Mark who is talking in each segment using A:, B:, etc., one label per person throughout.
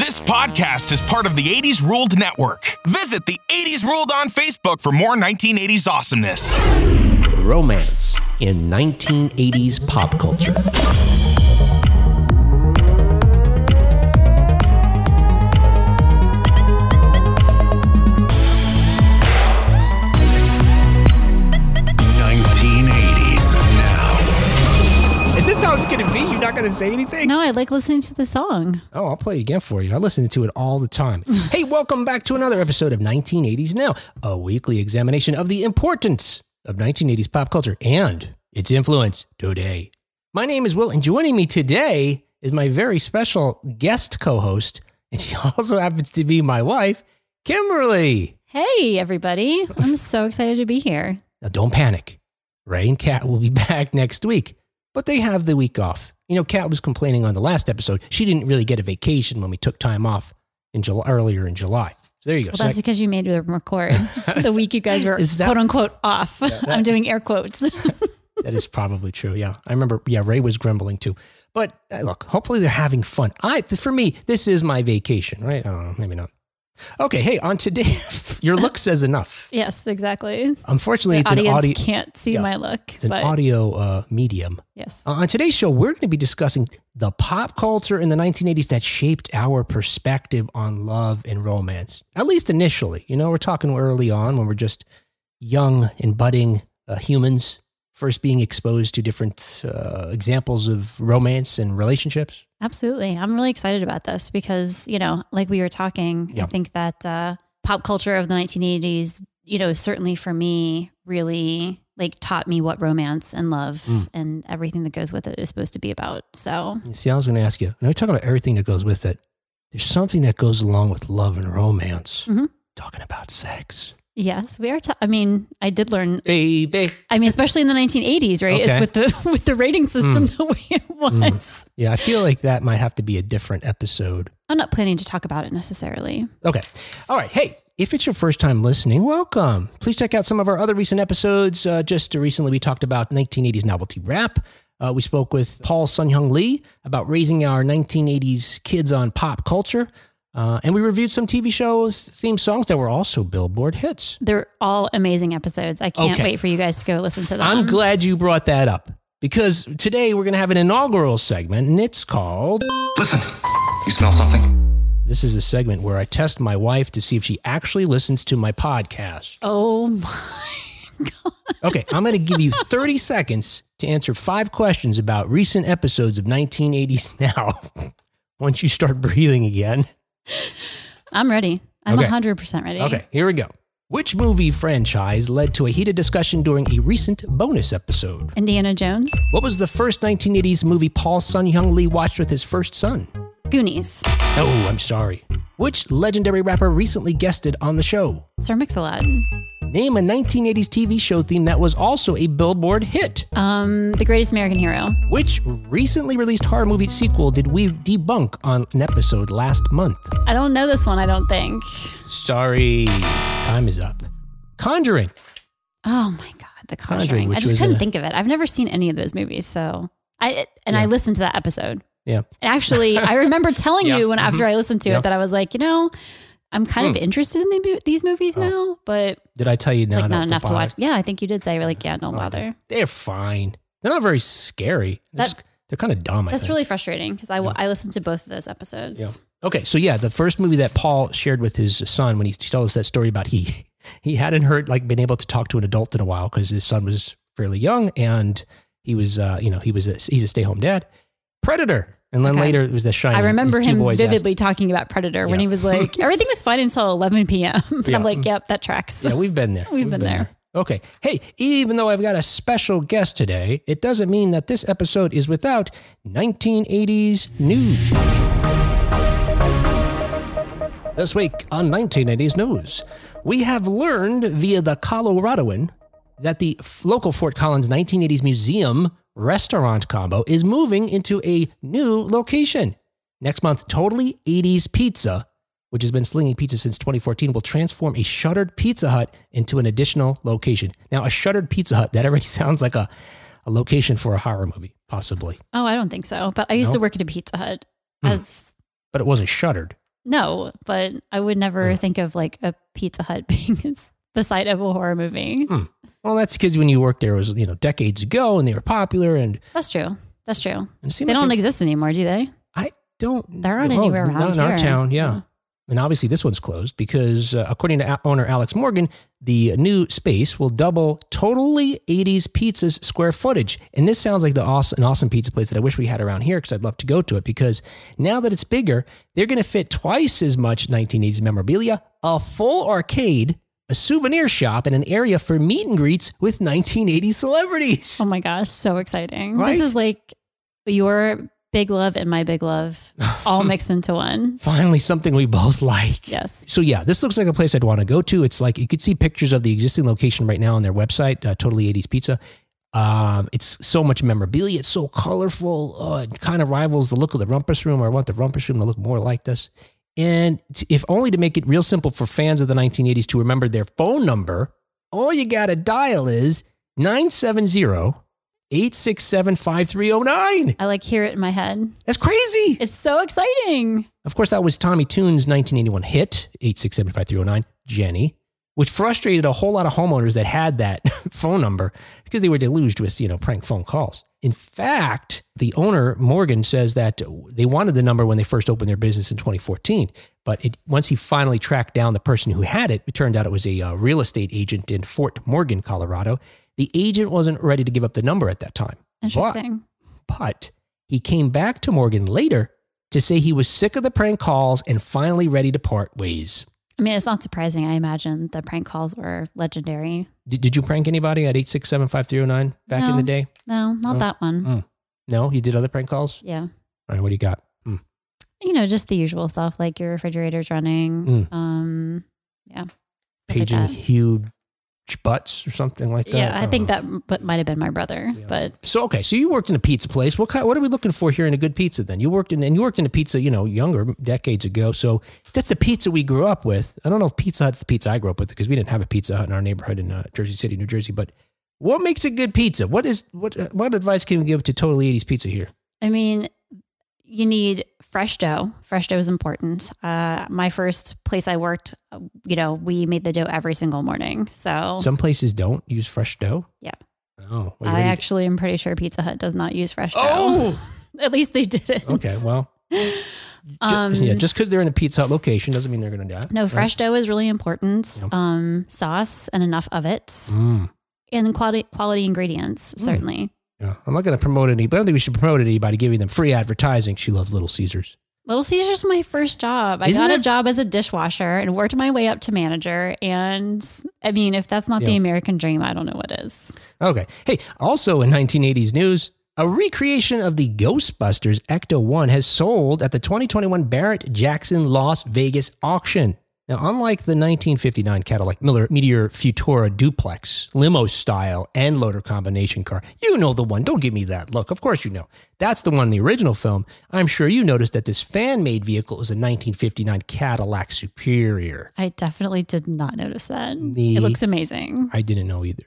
A: podcast is part of the 80s Ruled Network. Visit the 80s Ruled on Facebook for more 1980s awesomeness.
B: Romance in 1980s pop culture.
C: Is this how it's going to be? You're not going to say anything?
D: No, I like listening to the song.
B: Oh, I'll play it again for you. I listen to it all the time. hey, welcome back to another episode of 1980s Now, a weekly examination of the importance of 1980s pop culture and its influence today. My name is Will, and joining me today is my very special guest co host, and she also happens to be my wife, Kimberly.
D: Hey, everybody. I'm so excited to be here.
B: Now, don't panic. Ray and Kat will be back next week, but they have the week off. You know, Kat was complaining on the last episode. She didn't really get a vacation when we took time off in July, earlier in July. So there you go.
D: Well,
B: So
D: that's
B: that-
D: because you made them record the week you guys were
B: Is that-
D: quote unquote off. I'm doing air quotes.
B: that is probably true. Yeah. I remember. Yeah. Ray was grumbling too. But uh, look, hopefully they're having fun. I, for me, this is my vacation, right? I don't know. Maybe not. Okay. Hey, on today, your look says enough.
D: yes, exactly.
B: Unfortunately,
D: The
B: it's an
D: audience
B: audio.
D: can't see
B: Yeah.
D: my look,
B: It's an
D: but
B: audio uh, medium.
D: yes.
B: Uh, on today's show, we're going to be discussing the pop culture in the 1980s that shaped our perspective on love and romance, at least initially. You know, we're talking early on when we're just young and budding uh, humans, first being exposed to different uh, examples of romance and relationships.
D: Absolutely. I'm really excited about this because, you know, like we were talking,
B: Yeah.
D: I think that uh, pop culture of the 1980s, you know, certainly for me, really like taught me what romance and love
B: Mm.
D: and everything that goes with it is supposed to be about. So,
B: You see, I was going to ask you, and we're talking about everything that goes with it. There's something that goes along with love and romance.
D: Mhm.
B: Talking about sex.
D: yes, we are. ta- I mean, I did learn.
B: Baby.
D: I mean, especially in the 1980s, right? Is
B: Okay. Hmm.
D: with the with the rating system the way it was.
B: Yeah, I feel like that might have to be a different episode.
D: I'm not planning to talk about it necessarily.
B: Okay. All right. Hey, if it's your first time listening, welcome. Please check out some of our other recent episodes. Uh, just recently, we talked about 1980s novelty rap. Uh, we spoke with Paul Sunyoung Lee about raising our 1980s kids on pop culture. Uh, and we reviewed some TV shows, theme songs that were also Billboard hits.
D: They're all amazing episodes. I can't
B: Okay.
D: wait for you guys to go listen to them.
B: I'm glad you brought that up because today we're going to have an inaugural segment, and it's called
E: Listen, you smell something?
B: This is a segment where I test my wife to see if she actually listens to my podcast.
D: Oh my.
B: Okay, I'm going to give you 30 seconds to answer five questions about recent episodes of 1980s Now. Once you start breathing again.
D: I'm ready. I'm
B: Okay.
D: 100% ready.
B: Okay, here we go. Which movie franchise led to a heated discussion during a recent bonus episode?
D: Indiana Jones,
B: What was the first 1980s movie Paul Sun Young Lee watched with his first son?
D: Goonies,
B: No, I'm sorry. Which legendary rapper recently guested on the show?
D: Sir Mix-a-Lot,
B: Name a 1980s TV show theme that was also a Billboard hit.
D: um, The Greatest American Hero,
B: Which recently released horror movie sequel did we debunk on an episode last month?
D: I don't know this one, I don't think.
B: Sorry. Time is up. Conjuring.
D: Oh my God, The
B: Conjuring,
D: Conjuring.
B: which
D: I
B: was
D: just couldn't
B: a-
D: think of it. I've never seen any of those movies. So I, and I listened to that episode.
B: Yeah.
D: And actually, I remember telling
B: Yeah, Mm-hmm.
D: you when after I listened to
B: Yeah. Hmm.
D: it that I was like, you know, I'm kind of interested in the, mo- these movies now, but
B: Did Oh. I tell you not,
D: like not enough to
B: bother?
D: watch. Yeah, I think you did say, like, yeah, don't bother.
B: They're fine. They're not very scary. They're,
D: That's-
B: just- they're kind of dumb. I
D: That's
B: think.
D: really frustrating because I, w- I listened to both of those episodes.
B: Okay, so yeah, the first movie that Paul shared with his son when he told us that story about he he hadn't heard like been able to talk to an adult in a while because his son was fairly young and he was uh you know he was a, he's a stay home dad. Predator, and then
D: Okay.
B: later it was the shining.
D: I remember
B: These two
D: him
B: boys asked-
D: vividly talking about Predator when
B: Yeah.
D: he was like, everything was fine until 11 p.m. And
B: Yeah.
D: I'm like, yep, that tracks.
B: yeah, we've been there.
D: We've been there.
B: Okay. Hey, even though I've got a special guest today, it doesn't mean that this episode is without 1980s news. This week on 1980s news, we have learned via the Coloradoan that the f- local Fort Collins 1980s museum restaurant combo is moving into a new location. Next month, Totally 80s Pizza, which has been slinging pizza since 2014, will transform a shuttered Pizza Hut into an additional location. Now, a shuttered Pizza Hut, that already sounds like a, a location for a horror movie, possibly,
D: Oh, I don't think so. But I used
B: No?
D: to work at a Pizza Hut
B: Hmm.
D: as
B: but it wasn't shuttered.
D: No, but I would never
B: Hmm.
D: think of like a Pizza Hut being the site of a horror movie.
B: Well, that's because when you worked there was, you know, decades ago and they were popular and,
D: That's true. That's true.
B: and it seemed
D: They
B: like
D: don't exist anymore, do they?
B: I don't. Oh,
D: There aren't anywhere
B: not
D: around
B: in our
D: here.
B: town. Yeah.
D: Yeah.
B: And obviously, this one's closed because, uh, according to a- owner Alex Morgan, the new space will double totally 80s pizza's square footage. And this sounds like the awesome, an awesome pizza place that I wish we had around here because I'd love to go to it. Because now that it's bigger, they're going to fit twice as much 1980s memorabilia, a full arcade, a souvenir shop, and an area for meet and greets with 1980s celebrities.
D: Oh my gosh, so exciting.
B: Right?
D: This is like your big love and my big love all mixed into one.
B: Finally, something we both like.
D: Yes.
B: So yeah, this looks like a place I'd want to go to. It's like you could see pictures of the existing location right now on their website, uh, Totally 80s Pizza. Um, it's so much memorabilia. It's so colorful. Uh, it kind of rivals the look of the Rumpus Room. I want the Rumpus Room to look more like this. And t- if only to make it real simple for fans of the 1980s to remember their phone number, all you got to dial is 970 867 5309.
D: I like hear it in my head.
B: That's crazy.
D: It's so exciting.
B: Of course, that was Tommy Toon's 1981 hit, 8675309, Jenny, which frustrated a whole lot of homeowners that had that phone number because they were deluged with, you know, prank phone calls. In fact, the owner, Morgan, says that they wanted the number when they first opened their business in 2014. But it, once he finally tracked down the person who had it, it turned out it was a uh, real estate agent in Fort Morgan, Colorado. The agent wasn't ready to give up the number at that time. But-
D: Interesting.
B: but he came back to Morgan later to say he was sick of the prank calls and finally ready to part ways.
D: I mean, it's not surprising. I imagine the prank calls were legendary.
B: Did, did you prank anybody at 867 5309 back in
D: No.
B: the day?
D: No, not
B: Oh.
D: that one.
B: Mm. No, you did other prank calls?
D: Yeah.
B: All right, what do you got? Hmm.
D: You know, just the usual stuff like your refrigerator's running. Um, yeah. stuff like
B: Paging
D: that.
B: huge butts or something like that?
D: Yeah, I
B: don't
D: think that Uh-huh. m- but might have been my brother, but
B: know. So okay, so you worked in a pizza place. What kind, what are we looking for here in a good pizza? Then you worked in and you worked in a pizza, you know, younger decades ago. So that's the pizza we grew up with. I don't know if Pizza Hut's the pizza I grew up with because we didn't have a Pizza Hut in our neighborhood in uh, Jersey City, New Jersey. But what makes a good pizza? What is what uh, what advice can we give to Totally 80s Pizza here?
D: I mean, you need fresh dough. Fresh dough is important. Uh, my first place I worked, uh, you know, we made the dough every single morning. So
B: Some places don't use fresh dough.
D: Oh. Yeah.
B: Oh, wait, what do
D: I
B: you-
D: actually am pretty sure Pizza Hut does not use fresh dough.
B: Oh,
D: At least they didn't.
B: okay. Well, ju-
D: Um,
B: yeah, just because they're in a Pizza Hut location doesn't mean they're going to die.
D: no,
B: right?
D: fresh dough is really important.
B: Yep.
D: Um, sauce and enough of it,
B: Mm.
D: and quality quality ingredients certainly.
B: Yeah, I'm not going to promote any, but I don't think we should promote anybody giving them free advertising. She loves Little Caesars.
D: Little Caesars was my first job. I
B: Isn't
D: got
B: it-
D: a job as a dishwasher and worked my way up to manager. And I mean, if that's not the
B: Yeah.
D: American dream, I don't know what is.
B: Okay. Hey, also in 1980s news, a recreation of the Ghostbusters Ecto 1 has sold at the 2021 Barrett Jackson Las Vegas auction. Now, unlike the 1959 Cadillac Miller Meteor Futura Duplex limo style and loader combination car, you know the one. Don't give me that look. Of course you know. That's the one in the original film. I'm sure you noticed that this fan made vehicle is a 1959 Cadillac Superior.
D: I definitely did not notice that.
B: Me-
D: It looks amazing.
B: I didn't know either.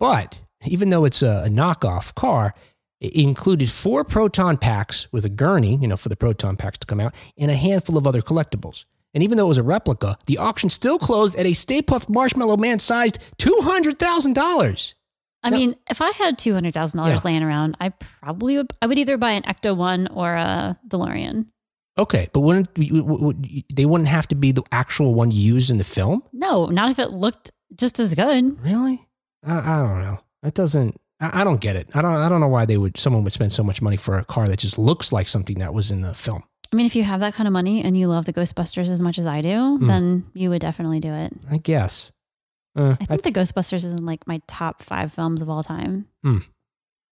B: But even though it's a, a knockoff car, it included four proton packs with a gurney, you know, for the proton packs to come out, and a handful of other collectibles. And even though it was a replica, the auction still closed at a Stay Puft Marshmallow Man sized $200,000.
D: I
B: No.
D: mean, if I had two hundred thousand
B: Yeah.
D: dollars laying around, I probably would. I would either buy an Ecto One or a DeLorean.
B: Okay, but wouldn't w- w- w- they wouldn't have to be the actual one used in the film?
D: No, not if it looked just as good.
B: Really? I, I don't know. That doesn't. I, I don't get it. I don't. I don't know why they would. Someone would spend so much money for a car that just looks like something that was in the film.
D: I mean, if you have that kind of money and you love the Ghostbusters as much as I do,
B: Hmm.
D: then you would definitely do it.
B: I guess. Uh,
D: I think the Ghostbusters is in like my top five films of all time.
B: I-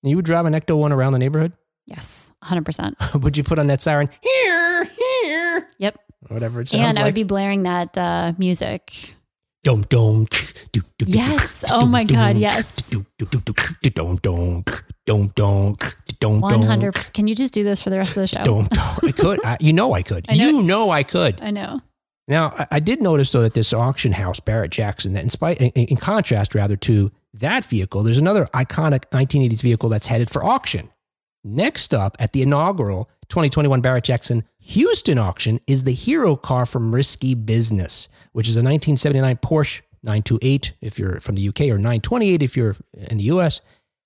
B: you would drive an Ecto one around the neighborhood.
D: Yes, hundred percent.
B: would you put on that siren? Here, here.
D: Yep.
B: Whatever it sounds
D: And I
B: like.
D: would be blaring that uh, music.
B: dum dum. do, do, do,
D: Yes.
B: do,
D: Oh
B: do,
D: my
B: do,
D: God.
B: do,
D: Yes.
B: do, do, do, do, do, Dum dum. Dum dum. Dum
D: One
B: dum.
D: hundred. Can you just do this for the rest of the show?
B: Dum dum. I could. I, you know I could.
D: I know-
B: You know I could.
D: I know.
B: Now, I, I did notice though that this auction house, Barrett Jackson, that in spite, in, in contrast rather to that vehicle, there's another iconic 1980s vehicle that's headed for auction. Next up at the inaugural 2021 Barrett Jackson Houston auction is the Hero Car from Risky Business, which is a 1979 Porsche 928 if you're from the UK or 928 if you're in the US.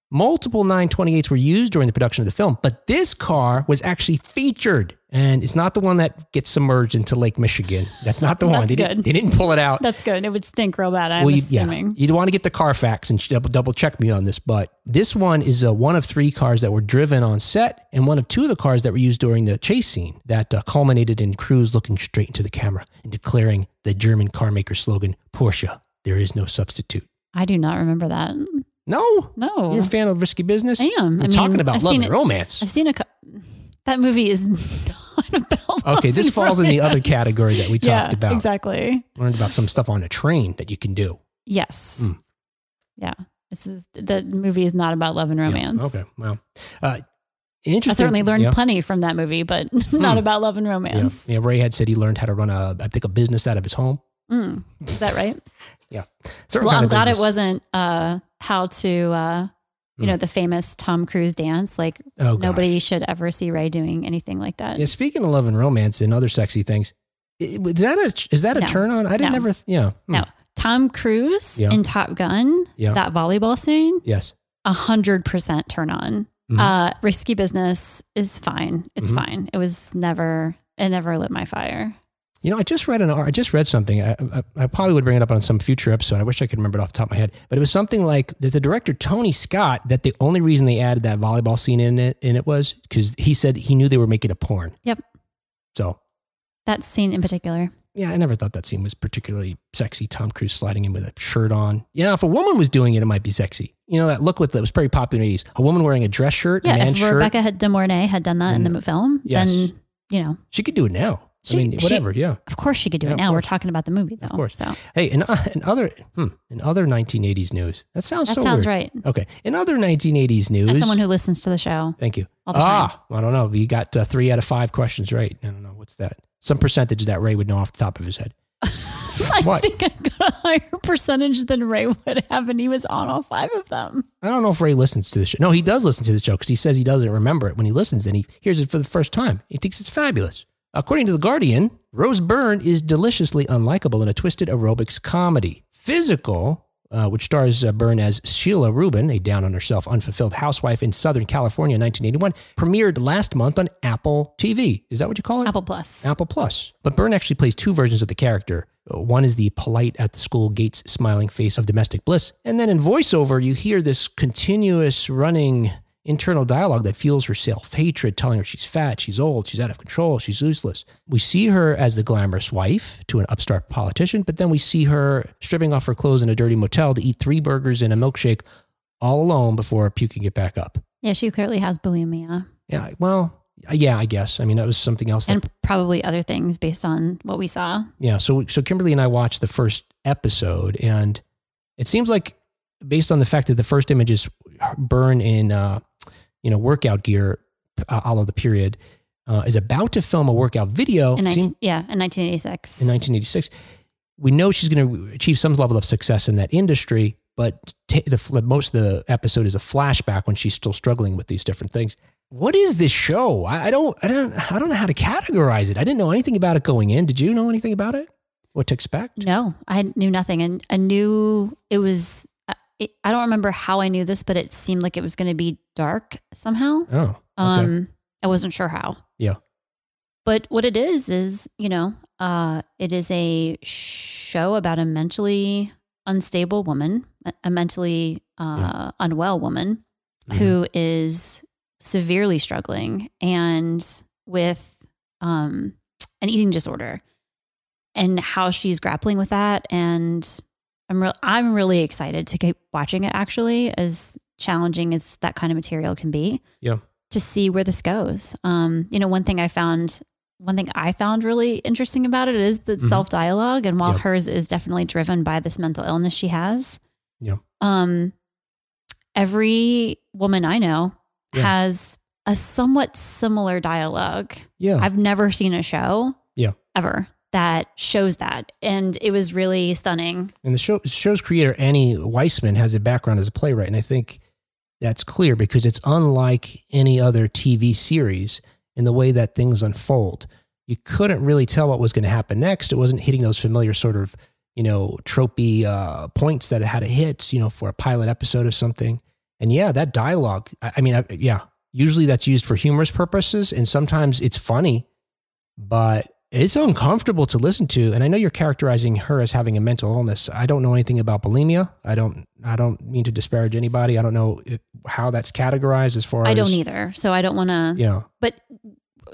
B: Multiple 928s were used during the production of the film, but this car was actually featured. And it's not the one that gets submerged into Lake Michigan. That's not the one.
D: That's
B: They didn't,
D: good.
B: they didn't pull it out.
D: That's good. It would stink real bad. I'm
B: Well, you- yeah.
D: assuming.
B: You'd want to get the Carfax and double, double check me on this, but this one is uh one of three cars that were driven on set and one of two of the cars that were used during the chase scene that uh, culminated in Cruz looking straight into the camera and declaring the German carmaker slogan, Porsche, there is no substitute.
D: I do not remember that.
B: No.
D: No,
B: You're a fan of risky business?
D: I am.
B: We're
D: I mean,
B: talking about
D: I've
B: love
D: seen
B: and
D: it-
B: romance.
D: I've seen a. cou- That movie is not about. love
B: okay, this
D: and
B: falls in the other
D: romance.
B: category that we
D: yeah,
B: talked about.
D: exactly.
B: Learned about some stuff on a train that you can do.
D: Yes.
B: Mm.
D: Yeah. This is the movie is not about love and
B: Yeah,
D: romance.
B: Okay. Well, uh,
D: I
B: interesting.
D: certainly learned
B: yeah. Hmm.
D: plenty from that movie, but not about love and
B: Yeah.
D: romance.
B: yeah, Ray had said he learned how to run a, I think, a business out of his home.
D: Mm. Is that right?
B: Certain
D: well,
B: kind
D: I'm
B: of
D: glad it
B: business.
D: wasn't uh, how to, uh, you
B: Mm.
D: know, the famous Tom Cruise dance. Like
B: Oh, gosh.
D: nobody should ever see Ray doing anything like that.
B: Yeah, speaking of love and romance and other sexy things, i- is that a is that a
D: No.
B: turn on? I didn't
D: No.
B: ever. th- Yeah. Hmm.
D: No. Tom Cruise
B: Yeah.
D: in Top Gun,
B: Yeah.
D: that volleyball scene,
B: Yes.
D: a hundred percent turn on.
B: Mhm.
D: Uh, risky business is fine. It's
B: Mhm.
D: fine. It was never, it never lit my fire.
B: You know, I just read an ar- I just read something. I, I, I probably would bring it up on some future episode. I wish I could remember it off the top of my head, but it was something like that. The director Tony Scott that the only reason they added that volleyball scene in it in it was because he said he knew they were making a porn.
D: Yep.
B: So
D: That scene in particular.
B: yeah, I never thought that scene was particularly sexy. Tom Cruise sliding in with a shirt on. You know, if a woman was doing it, it might be sexy. You know, that look with that was pretty popular in the 80s. A woman wearing a dress shirt, a
D: Yeah.
B: man's
D: If
B: shirt. Mm.
D: Rebecca had De Mornay had done that in the mo- film,
B: Yes.
D: then, you know,
B: she could do it now.
D: She-
B: I mean,
D: she-
B: whatever. yeah.
D: of course she could do
B: Yeah,
D: it
B: of
D: now. We're
B: course.
D: talking about the movie though.
B: course.
D: So
B: Hey, in, in other hmm, in other 1980s news, that sounds
D: that
B: so
D: sounds
B: weird.
D: right.
B: Okay, in other 1980s news,
D: As someone who listens to the show
B: thank you.
D: all the time.
B: Ah, I don't know. You got uh, three out of five questions right. I don't know what's that. Some percentage that Ray would know off the top of his head.
D: I
B: What?
D: think I got a higher percentage than Ray would have, and he was on all five of them.
B: I don't know if Ray listens to the show. No, he does listen to the show because he says he doesn't remember it when he listens and he hears it for the first time. He thinks it's fabulous. According to The Guardian, Rose Byrne is deliciously unlikable in a twisted aerobics comedy. Physical, uh, which stars uh, Byrne as Sheila Rubin, a down on herself, unfulfilled housewife in Southern California in 1981, premiered last month on Apple TV. Is that what you call it?
D: Apple Plus.
B: Apple Plus. But Byrne actually plays two versions of the character. Uh, One is the polite at the school gates smiling face of domestic bliss. And then in voiceover, you hear this continuous running internal dialogue that fuels her self hatred, telling her she's fat, she's old, she's out of control, she's useless. We see her as the glamorous wife to an upstart politician, but then we see her stripping off her clothes in a dirty motel to eat three burgers and a milkshake all alone before puking it back up.
D: Yeah, she clearly has bulimia
B: Yeah, well, yeah, I guess. I mean, that was something else. that
D: and probably other things based on what we saw.
B: Yeah. So so Kimberly and I watched the first episode, and it seems like based on the fact that the first image is Burn in uh, you know workout gear, uh, all of the period, uh, is about to film a workout video.
D: In 19,
B: seem-
D: yeah, in 1986.
B: in 1986. We know she's going to achieve some level of success in that industry, but t- the, fl- most of the episode is a flashback when she's still struggling with these different things. What is this show? I, I don't, I don't, I don't know how to categorize it. I didn't know anything about it going in. Did you know anything about it? What to expect?
D: no, I knew nothing. And I knew it was, I- it, I don't remember how I knew this, but it seemed like it was going to be dark somehow.
B: Oh, okay.
D: Um, I wasn't sure how.
B: Yeah.
D: But what it is is, you know, uh, it is a show about a mentally unstable woman, a- a mentally uh, unwell woman
B: Mm-hmm.
D: who is severely struggling and with um, an eating disorder, and how she's grappling with that. And I'm real, I'm really excited to keep watching it. Actually, as challenging as that kind of material can be,
B: Yeah.
D: to see where this goes. Um, you know, one thing I found. One thing I found really interesting about it is the
B: Mhm.
D: self dialogue, and while
B: Yeah.
D: hers is definitely driven by this mental illness she has,
B: Yeah.
D: um, every woman I know
B: Yeah.
D: has a somewhat similar dialogue.
B: yeah.
D: I've never seen a
B: Oh.
D: show
B: Yeah.
D: ever that shows that. And it was really stunning.
B: and the show, show's creator Annie Weissman has a background as a playwright, and I think that's clear because it's unlike any other TV series in the way that things unfold. You couldn't really tell what was going to happen next. It wasn't hitting those familiar sort of, you know, tropey uh, points that it had to hit, you know, for a pilot episode or something. And yeah, that dialogue, I, I mean, I, yeah, usually that's used for humorous purposes and sometimes it's funny, but it's uncomfortable to listen to. And I know you're characterizing her as having a mental illness. I don't know anything about bulimia. I don't, I don't mean to disparage anybody. I don't know if, how that's categorized as far as.
D: I don't either. So I don't want to.
B: Yeah.
D: But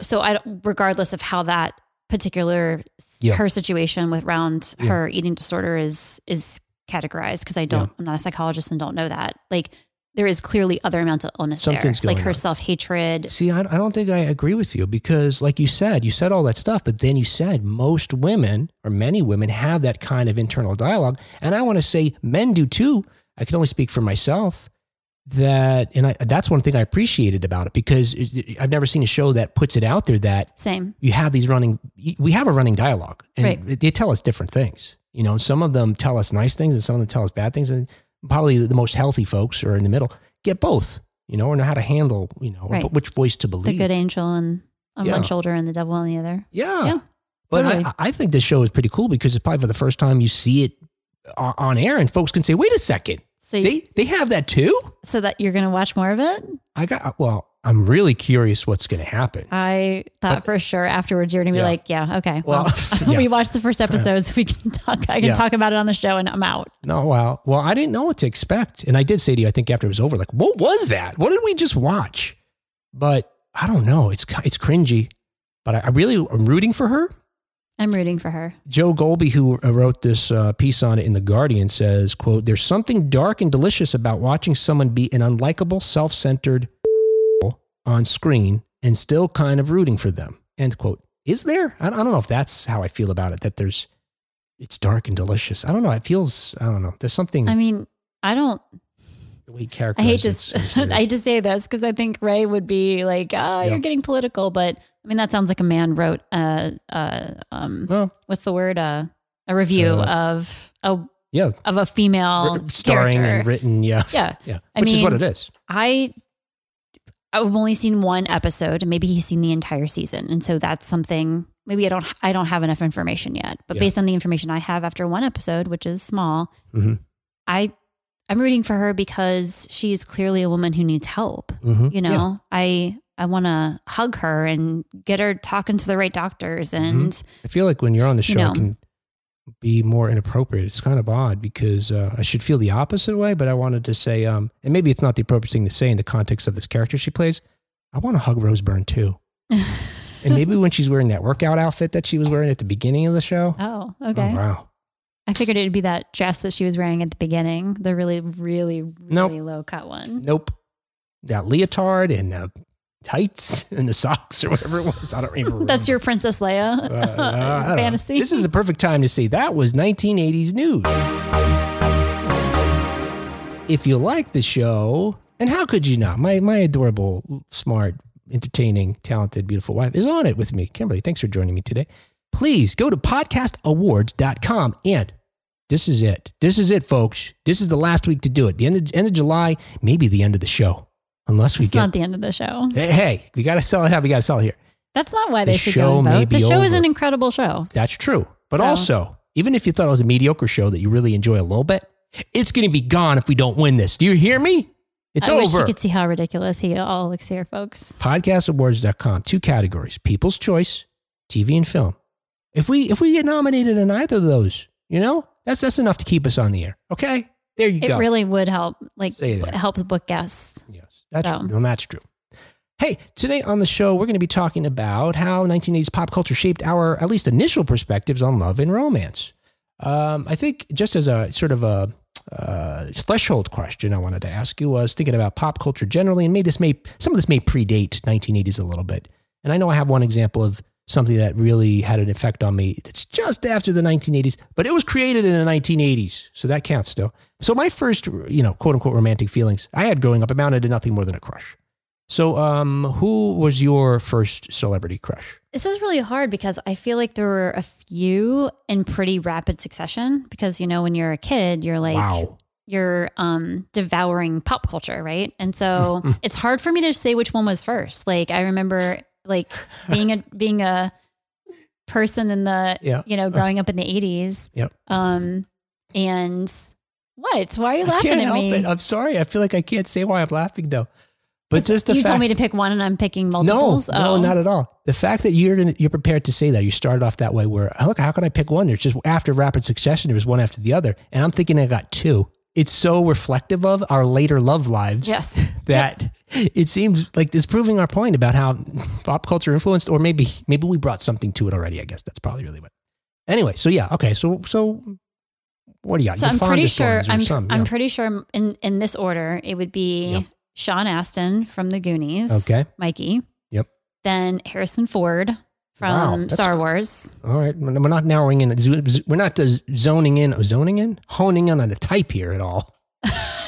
D: so I don't, regardless of how that particular s-
B: Yeah.
D: her situation with around
B: Yeah.
D: her eating disorder is is categorized because I don't I'm not a psychologist and don't know that. Like there is clearly other mental illness
B: Something's
D: there.
B: going
D: Like her
B: on.
D: self-hatred.
B: See, I, I don't think I agree with you because, like you said, you said all that stuff, but then you said most women or many women have that kind of internal dialogue. And I want to say men do too. I can only speak for myself that, and I, that's one thing I appreciated about it because it- it- I've never seen a show that puts it out there that
D: Same.
B: you have these running we have a running dialogue and
D: Right.
B: they- they tell us different things you know some of them tell us nice things and some of them tell us bad things and probably the most healthy folks or in the middle get both you know or know how to handle you know
D: Right.
B: which voice to
D: The
B: believe
D: good angel on on
B: Yeah.
D: one shoulder and the devil on the other.
B: yeah,
D: Yeah,
B: but I,
D: totally.
B: I think this show is pretty cool because it's probably for the first time you see it on, on air and folks can say wait a second
D: So you-
B: they they have that too
D: so that you're gonna watch more of it?
B: i got well i'm really curious what's going to happen
D: I thought for sure afterwards you were gonna be
B: Yeah.
D: like, yeah, okay.
B: Well,
D: Well,
B: yeah.
D: um, we watched the first episode, so we can talk. I can
B: Yeah.
D: talk about it on the show, and I'm out.
B: No, wow. Well, I didn't know what to expect. And I did say to you, I think after it was over, like, what was that? What did we just watch? But I don't know. It's ki- it's cringy. But I, I really am rooting for her.
D: I'm rooting for her.
B: Joe Golby, who wrote this uh, piece on it in The Guardian, says, quote, there's something dark and delicious about watching someone be an unlikable, self-centered on screen and still kind of rooting for them, end quote. Is there? I, I don't know if that's how I feel about it, that there's, it's dark and delicious. I don't know. It feels, I don't know. There's something.
D: I mean, I don't.
B: the way
D: I
B: characters.
D: hate to. s- I hate to say this because I think Ray would be like, "Ah,
B: Yeah.
D: you're getting political," but I mean, that sounds like a man wrote a, a um,
B: well,
D: what's the word? A, a review
B: Uh,
D: of a
B: yeah,
D: of a female
B: r- starring
D: character.
B: and written, yeah,
D: yeah,
B: yeah,
D: I
B: which is what
D: mean-
B: it is.
D: I I've only seen one episode and maybe he's seen the entire season. And so that's something maybe I don't I don't have enough information yet. But
B: Yeah.
D: based on the information I have after one episode, which is small,
B: Mhm.
D: I I'm rooting for her because she is clearly a woman who needs help.
B: Mm-hmm.
D: You know, I I want to hug her and get her talking to the right doctors
B: Mm-hmm.
D: and
B: I feel like when you're on the show,
D: You know.
B: it can be more inappropriate. It's kind of odd because uh, I should feel the opposite way, but I wanted to say, um, and maybe it's not the appropriate thing to say in the context of this character she plays. I want to hug Rose Byrne too, and maybe when she's wearing that workout outfit that she was wearing at the beginning of the show.
D: Oh,
B: Oh,
D: okay.
B: wow.
D: I figured it'd be that dress that she was wearing at the beginning, the really, really, really
B: Nope.
D: low cut one.
B: Nope. That leotard and uh, tights and the socks or whatever it was. I don't even remember.
D: That's your Princess Leia
B: Uh, I don't know.
D: fantasy.
B: This is a perfect time to say that was 1980s news. If you like the show, and how could you not? My my adorable, smart, entertaining, talented, beautiful wife is on it with me. Kimberly, thanks for joining me today. Please go to podcastawards.com and this is it. This is it, folks. This is the last week to do it. The end of, end of July, maybe the end of the show. Unless we
D: it's
B: get
D: not the end of the show.
B: hey, hey, we gotta sell it out. We gotta sell it here.
D: That's not why
B: The
D: they should
B: show
D: go and
B: may
D: vote.
B: be
D: The show is
B: over.
D: an incredible show.
B: That's true. But
D: So-
B: also, even if you thought it was a mediocre show that you really enjoy a little bit, it's going to be gone if we don't win this. Do you hear me? It's
D: I wish
B: over.
D: you could see how ridiculous he all looks here, folks.
B: Podcastawards.com, two categories People's Choice, TV and film. If we if we get nominated in either of those, you know, that's that's enough to keep us on the air. Okay? There you
D: It
B: go.
D: really would help. Like
B: Say
D: b-
B: that.
D: helps book guests.
B: Yes, that's
D: So-
B: well, that's true. Hey, today on the show, we're going to be talking about how 1980s pop culture shaped our at least initial perspectives on love and romance. Um, I think just as a sort of a uh, threshold question, I wanted to ask you was thinking about pop culture generally, and may this may some of this may predate 1980s a little bit. And I know I have one example of something that really had an effect on me. That's just after the 1980s, but it was created in the 1980s, so that counts still. So my first, you know, quote unquote romantic feelings I had growing up amounted to nothing more than a crush. So, um, who was your first celebrity crush?
D: This is really hard because I feel like there were a few in pretty rapid succession. Because you know, when you're a kid, you're like
B: wow,
D: you're um, devouring pop culture, right? And so it's hard for me to say which one was first. Like I remember, like being a being a person in the
B: Yeah. Uh,
D: you know growing up in the eighties.
B: Yep.
D: Um, and what? Why are you
B: I
D: laughing
B: can't
D: at
B: help
D: me?
B: it. Uh, I'm sorry. I feel like I can't say why I'm laughing though. But just the
D: you
B: fact
D: told me to pick one, and I'm picking multiples.
B: No, no,
D: Oh.
B: not at all. The fact that you're you're prepared to say that you started off that way, where "Oh, look, how can I pick one? There's just after rapid succession, there was one after the other, and I'm thinking I got two. It's so reflective of our later love lives.
D: Yes.
B: that it seems like it's proving our point about how pop culture influenced, or maybe maybe we brought something to it already. I guess that's probably really what. Anyway, so yeah, okay, so so what do you got?
D: So
B: Your
D: I'm pretty
B: fondest
D: sure
B: ones or
D: I'm
B: some,
D: I'm
B: yeah.
D: pretty sure in in this order it would be
B: Yep.
D: Sean Astin from The Goonies.
B: Okay.
D: Mikey.
B: Yep.
D: Then Harrison Ford
B: Wow,
D: from
B: that's-
D: Star Wars.
B: All right, we're we're not narrowing in. zo- zo- We're not just zoning in, zoning in, honing in on a type here at all.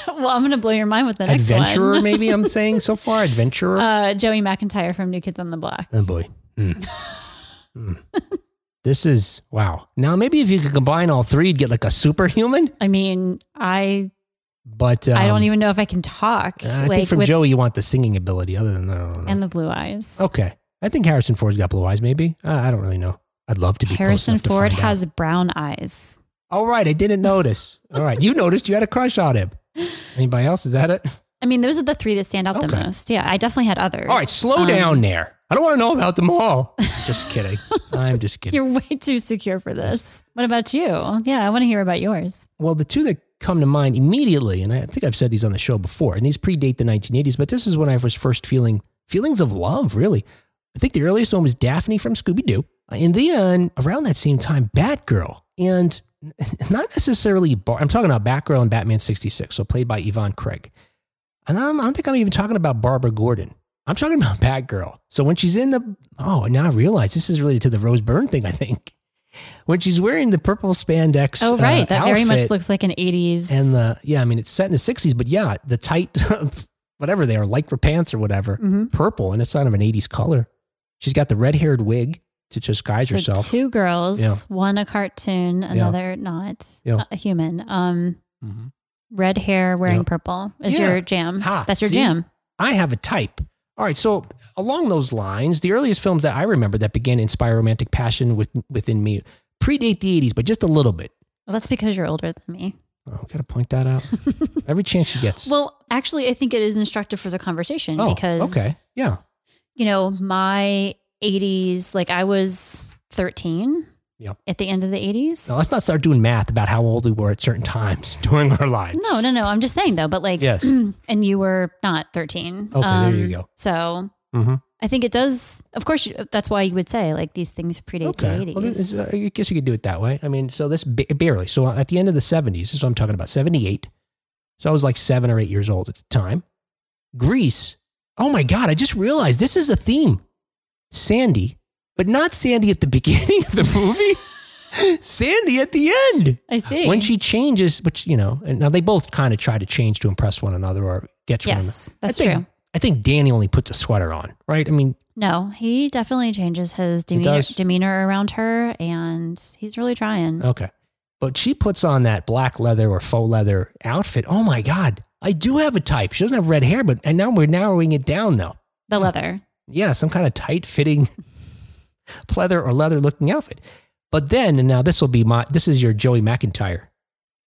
D: well, I'm gonna blow your mind with the next
B: adventurer,
D: one.
B: maybe I'm saying so far, adventurer.
D: Uh, Joey McIntyre from New Kids on the Block.
B: oh boy, Mm. Mm. this is wow. Now maybe if you could combine all three, you'd get like a superhuman.
D: I mean, I
B: But um,
D: I don't even know if I can talk.
B: I think from Joey, you want the singing ability. Other than that, I don't know.
D: and the blue eyes.
B: okay, I think Harrison Ford's got blue eyes. Maybe Uh, I don't really know. I'd love to be. close
D: Harrison
B: enough to find
D: Ford
B: out.
D: has brown eyes.
B: All right, I didn't notice. all right, you noticed. You had a crush on him. Anybody else? Is that it?
D: I mean, those are the three that stand out the
B: Okay.
D: most. Yeah, I definitely had others.
B: All right, slow
D: Um,
B: down there. I don't want to know about them all. just kidding. I'm just kidding.
D: You're way too secure for this. What about you? Yeah, I want to hear about yours.
B: Well, the two that come to mind immediately, and I think I've said these on the show before, and these predate the 1980s, but this is when I was first feeling feelings of love, really. I think the earliest one was Daphne from Uh, Scooby Doo. And then around that same time, Batgirl. And not necessarily, Bar- I'm talking about Batgirl and Batman 66, so played by Yvonne Craig. And I'm, I don't think I'm even talking about Barbara Gordon. I'm talking about Batgirl. So when she's in the, oh, now I realize this is related to the Rose Byrne thing, I think. When she's wearing the purple spandex.
D: Oh, right.
B: uh,
D: that very much
B: outfit,
D: looks like an 80s.
B: and the yeah, I mean it's set in the '60s, but yeah, the tight whatever they are, lycra pants or whatever,
D: Mhm.
B: purple, and it's not of an '80s color. She's got the red-haired wig to disguise
D: so
B: herself.
D: two girls,
B: Yeah.
D: one a cartoon, another not
B: Yeah.
D: a human. Um,
B: Mhm.
D: red hair wearing
B: Yeah.
D: purple is
B: Yeah.
D: your jam.
B: Ha,
D: That's your
B: see?
D: jam.
B: I have a type. All right, so along those lines, the earliest films that I remember that began to inspire romantic passion with, within me predate the '80s, but just a little bit.
D: Well, that's because you're older than me.
B: Oh, gotta point that out every chance she gets.
D: Well, actually, I think it is instructive for the conversation
B: oh,
D: because
B: okay, yeah,
D: you know, my 80s, like I was 13
B: Yep.
D: at the end of the 80s.
B: now let's not start doing math about how old we were at certain times during our lives.
D: No, no, no. I'm just saying though, but like,
B: Yes.
D: and you were not 13.
B: Okay, there you go.
D: So
B: Mhm.
D: I think it does, of course, you- that's why you would say like these things predate the 80s.
B: Well, this is- uh, I guess you could do it that way. I mean, so this ba- barely. So at the end of the 70s, this is what I'm talking about, 78. So I was like seven or eight years old at the time. Greece. Oh my God, I just realized this is a theme. Sandy, but not Sandy at the beginning of the movie. Sandy at the end.
D: I see.
B: When she changes, which, you know, and now they both kind of try to change to impress one another or get to one another.
D: yes, that's
B: I think,
D: true.
B: I think Danny only puts a sweater on, right? I mean,
D: No, he definitely changes his demeanor,
B: does. Uh,
D: demeanor around her and he's really trying.
B: Okay. But she puts on that black leather or faux leather outfit. Oh my God. I do have a type. She doesn't have red hair, but and now we're narrowing it down though.
D: The leather.
B: Yeah, some kind of tight fitting pleather or leather looking outfit. But then, and now this will be my this is your Joey McIntyre.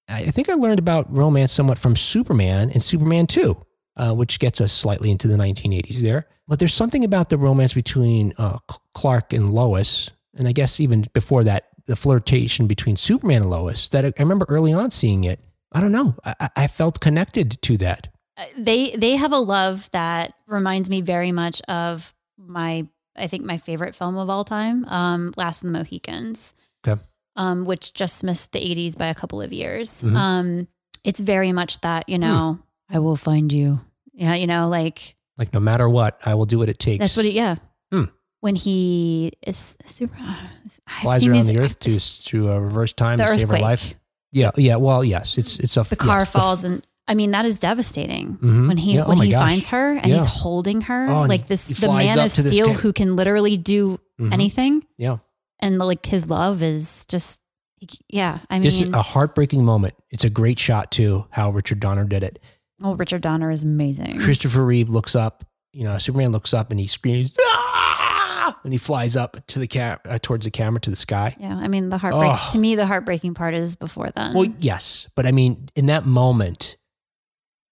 B: I I think I learned about romance somewhat from Superman and Superman 2, uh, which gets us slightly into the 1980s there. But there's something about the romance between uh, C- Clark and Lois, and I guess even before that, the flirtation between Superman and Lois that I, I remember early on seeing it. I don't know. I, I- I felt connected to that.
D: Uh, They, they have a love that reminds me very much of my, I think my favorite film of all time, um, Last of the Mohicans.
B: Okay.
D: um, which just missed the 80s by a couple of years.
B: Mhm.
D: Um, it's very much that, you know,
B: Hmm.
D: I will find you. Yeah, you know, like
B: Like no matter what, I will do what it takes.
D: that's what it, yeah.
B: Hmm.
D: When he is super, I've
B: flies
D: seen
B: around
D: these-
B: the earth to
D: I've-
B: to uh, reverse time
D: the
B: to save her life.
D: earthquake, Mm-hmm.
B: Yeah, yeah. Well, yes, it's it's a
D: the car
B: yes,
D: falls, and I mean, that is devastating.
B: Mhm.
D: When he
B: Yeah, oh
D: when
B: my
D: he
B: gosh.
D: finds her and he's
B: Yeah.
D: holding her,
B: Oh, and
D: like this,
B: he
D: the
B: flies
D: man
B: up
D: of
B: to this
D: steel
B: guy.
D: who can literally do
B: Mhm.
D: anything,
B: Yeah,
D: and like his love is just He c- yeah, I mean,
B: this is a heartbreaking moment. It's a great shot too, how Richard Donner did it.
D: oh, Richard Donner is amazing.
B: Christopher Reeve looks up, you know, Superman looks up and he screams, "Ah!" and he flies up to the cam- uh, towards the camera to the sky.
D: yeah, I mean, the heartbreak.
B: Oh.
D: To me, the heartbreaking part is before then.
B: Well, yes, but I mean, in that moment,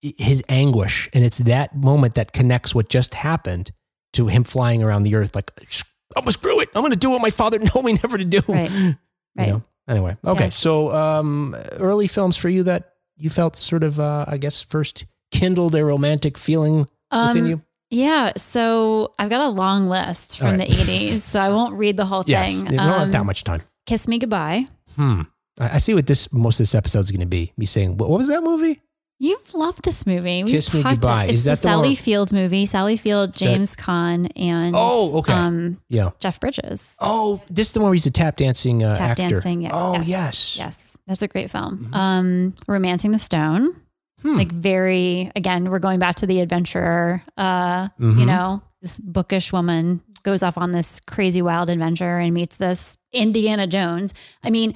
B: i- his anguish, and it's that moment that connects what just happened to him flying around the earth, like I'm gonna screw it, I'm gonna do what my father told me never to do.
D: Right.
B: You
D: Right.
B: know? Anyway, okay.
D: Yeah.
B: So, um, early films for you that you felt sort of, uh, I guess, first kindled a romantic feeling
D: Um,
B: within you.
D: Yeah, so I've got a long list
B: All
D: from
B: right.
D: the 80s, so I won't read the whole
B: Yes,
D: thing.
B: we don't have
D: Um,
B: that much time.
D: Kiss Me Goodbye.
B: Hmm. I, I see what this most of this episode is going to be. Me saying, what, what was that movie?
D: You've loved this movie. We've
B: Kiss Me
D: talked-
B: Goodbye.
D: It's
B: Is that
D: the
B: the one
D: Sally
B: where-
D: Field movie. Sally Field, James Caan, and
B: Oh, okay.
D: um,
B: Yeah.
D: Jeff Bridges.
B: Oh, this is the one where he's a tap dancing uh,
D: Tap
B: actor.
D: dancing. Yeah.
B: Oh yes. Mm-hmm.
D: yes. Yes. That's a great film. Um, Romancing the Stone.
B: Hmm.
D: Like very again, we're going back to the adventurer. Uh,
B: Mhm.
D: you know, this bookish woman goes off on this crazy wild adventure and meets this Indiana Jones. I mean,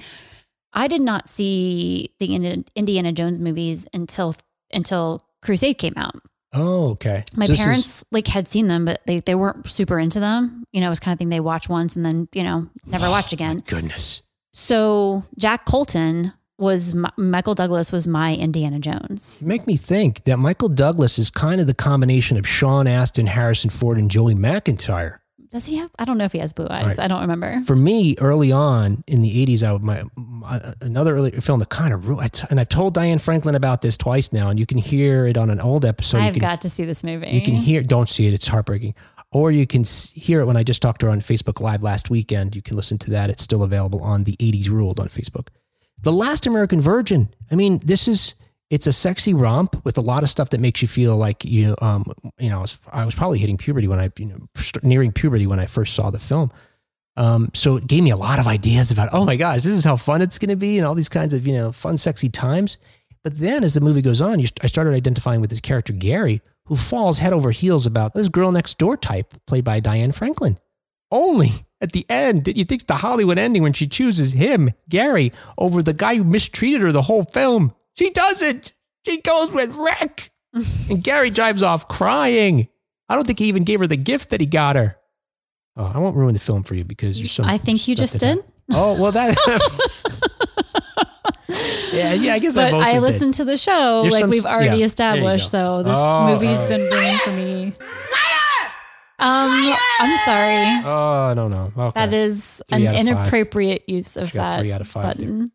D: I did not see the Indi- Indiana Jones movies until until Crusade came out.
B: Oh, okay.
D: My
B: So this is-
D: parents like had seen them, but they, they weren't super into them. You know, it was kind of thing they watch once and then, you know, never
B: Oh
D: watch again.
B: goodness.
D: So Jack Colton was my, Michael Douglas was my Indiana Jones.
B: Make me think that Michael Douglas is kind of the combination of Sean Astin, Harrison Ford, and Joey McIntyre.
D: Does he have? I don't know if he has blue eyes.
B: right.
D: I don't remember.
B: For me, early on in the '80s, I would- my, my another early film that kind of ruined. I t- and I've told Diane Franklin about this twice now, and you can hear it on an old episode. You
D: I've
B: can
D: got to see this movie.
B: You can hear, don't see it. It's heartbreaking. Or you can s- hear it when I just talked to her on Facebook Live last weekend. You can listen to that. It's still available on the 80s Ruled on Facebook. The Last American Virgin. I mean, this is, it's a sexy romp with a lot of stuff that makes you feel like you, um, you know, I was, I was probably hitting puberty when I, you know, st- nearing puberty when I first saw the film. Um, so it gave me a lot of ideas about, oh my gosh, this is how fun it's going to be and all these kinds of, you know, fun, sexy times. But then as the movie goes on, you, st- I started identifying with this character, Gary, who falls head over heels about this girl next door type played by Diane Franklin. Only at the end did you think the Hollywood ending when she chooses him, Gary, over the guy who mistreated her the whole film. She doesn't. She goes with Rick. and Gary drives off crying. I don't think he even gave her the gift that he got her. Oh, I won't ruin the film for you because you're so.
D: I think you just did.
B: Oh well, that. yeah, yeah. I guess I
D: But
B: mostly
D: I
B: did.
D: listened to the show,
B: There's
D: like
B: some- yeah,
D: we've
B: there
D: already
B: you
D: established. So this
B: Oh,
D: movie's
B: all right.
D: been ruined for me. Um, I'm sorry.
B: Oh, I don't know. Okay.
D: That is
B: Three out
D: an
B: of five.
D: inappropriate use of
B: She got
D: that
B: three out of five there.
D: button,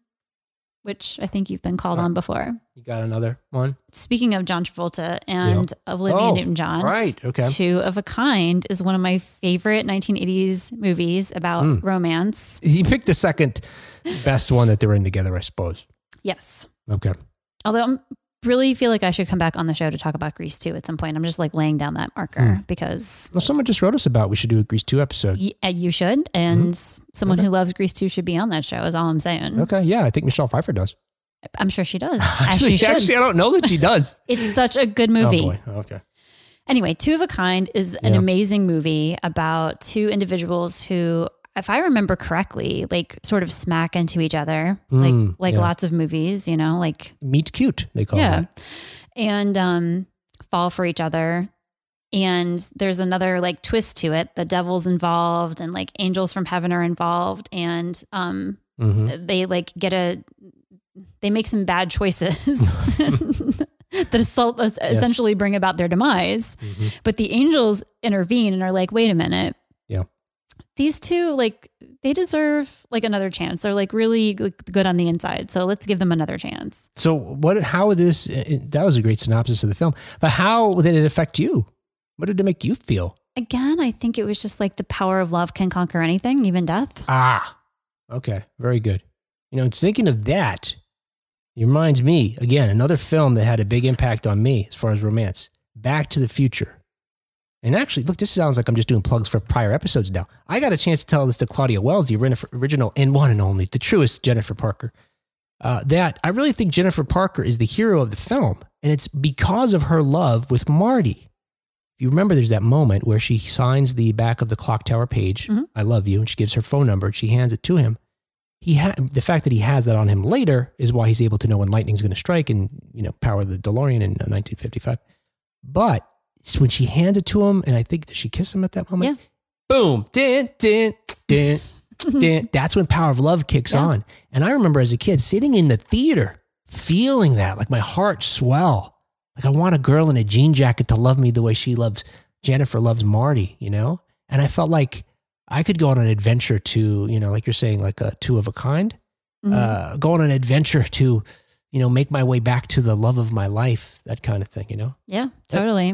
D: which I think you've been called
B: All right.
D: on before.
B: You got another one?
D: Speaking of John Travolta and Olivia
B: Oh,
D: Newton-John,
B: Right. Okay.
D: Two of a Kind is one of my favorite 1980s movies about
B: Mm.
D: romance.
B: You picked the second best one that they were in together, I suppose.
D: Yes.
B: Okay.
D: Although I'm really feel like I should come back on the show to talk about Grease too at some point. I'm just like laying down that marker
B: Hmm.
D: because
B: Well, someone just wrote us about we should do a Grease 2 episode.
D: y- uh, you should and someone who loves Grease too should be on that show is all I'm saying.
B: Hmm. Okay. Yeah. I think Michelle Pfeiffer does.
D: I'm sure she does. As she should.
B: actually, I don't know that she does.
D: it's such a good movie.
B: Oh, boy. Okay.
D: Anyway, Two of a Kind is an
B: Yeah.
D: amazing movie about two individuals who, if I remember correctly, like sort of smack into each other,
B: Mm,
D: like like
B: yeah.
D: lots of movies, you know, like
B: Meet Cute, they call
D: yeah,
B: it.
D: and um, fall for each other. And there's another like twist to it. The devil's involved, and like angels from heaven are involved, and um,
B: Mm-hmm.
D: they like get a they make some bad choices that assault, essentially bring about their demise
B: Mhm.
D: but the angels intervene and are like wait a minute
B: Yeah.
D: these two like they deserve like another chance they're like really like, good on the inside so let's give them another chance
B: So, what, how this, uh, that was a great synopsis of the film, but how did it affect you? What did it make you feel?
D: again i think it was just like the power of love can conquer anything even death
B: Ah, okay. Very good. You know, thinking of that, it reminds me again, another film that had a big impact on me as far as romance Back to the Future. And actually, look, this sounds like I'm just doing plugs for prior episodes now. I got a chance to tell this to Claudia Wells, the orin- original and one and only, the truest Jennifer Parker. Uh, that I really think Jennifer Parker is the hero of the film, and it's because of her love with Marty. If you remember, there's that moment where she signs the back of the clock tower page,
D: Mhm.
B: I love you, and she gives her phone number and she hands it to him. he ha- the fact that he has that on him later is why he's able to know when lightning's going to strike and you know power the DeLorean in uh, 1955. But it's when she hands it to him, and I think did she kiss him at that moment? Boom! Din din din din. That's when Power of Love kicks
D: Yeah.
B: on. And I remember as a kid sitting in the theater, feeling that like my heart swell. Like I want a girl in a jean jacket to love me the way she loves Jennifer loves Marty. You know, and I felt like I could go on an adventure to, you know, like you're saying, like a two of a kind,
D: Mhm.
B: uh, go on an adventure to, you know, make my way back to the love of my life, that kind of thing, you know?
D: yeah, totally.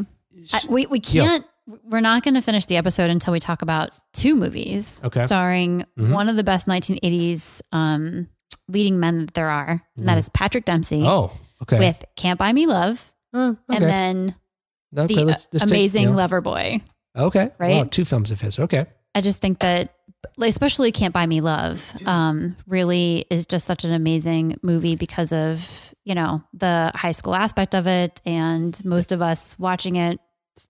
D: I, we we
B: Yeah.
D: can't. We're not going to finish the episode until we talk about two movies
B: Okay.
D: starring
B: Mhm.
D: one of the best 1980s um, leading men that there are, and that
B: Mhm.
D: is Patrick Dempsey
B: oh, okay.
D: with "Can't Buy Me Love"
B: Oh,
D: and then
B: Okay,
D: the
B: let's- let's take-
D: amazing
B: yeah.
D: Lover Boy.
B: Okay. Wow,
D: right?
B: two films of his. Okay.
D: I just think that, like, especially "Can't Buy Me Love," um, really is just such an amazing movie because of you know the high school aspect of it, and most of us watching it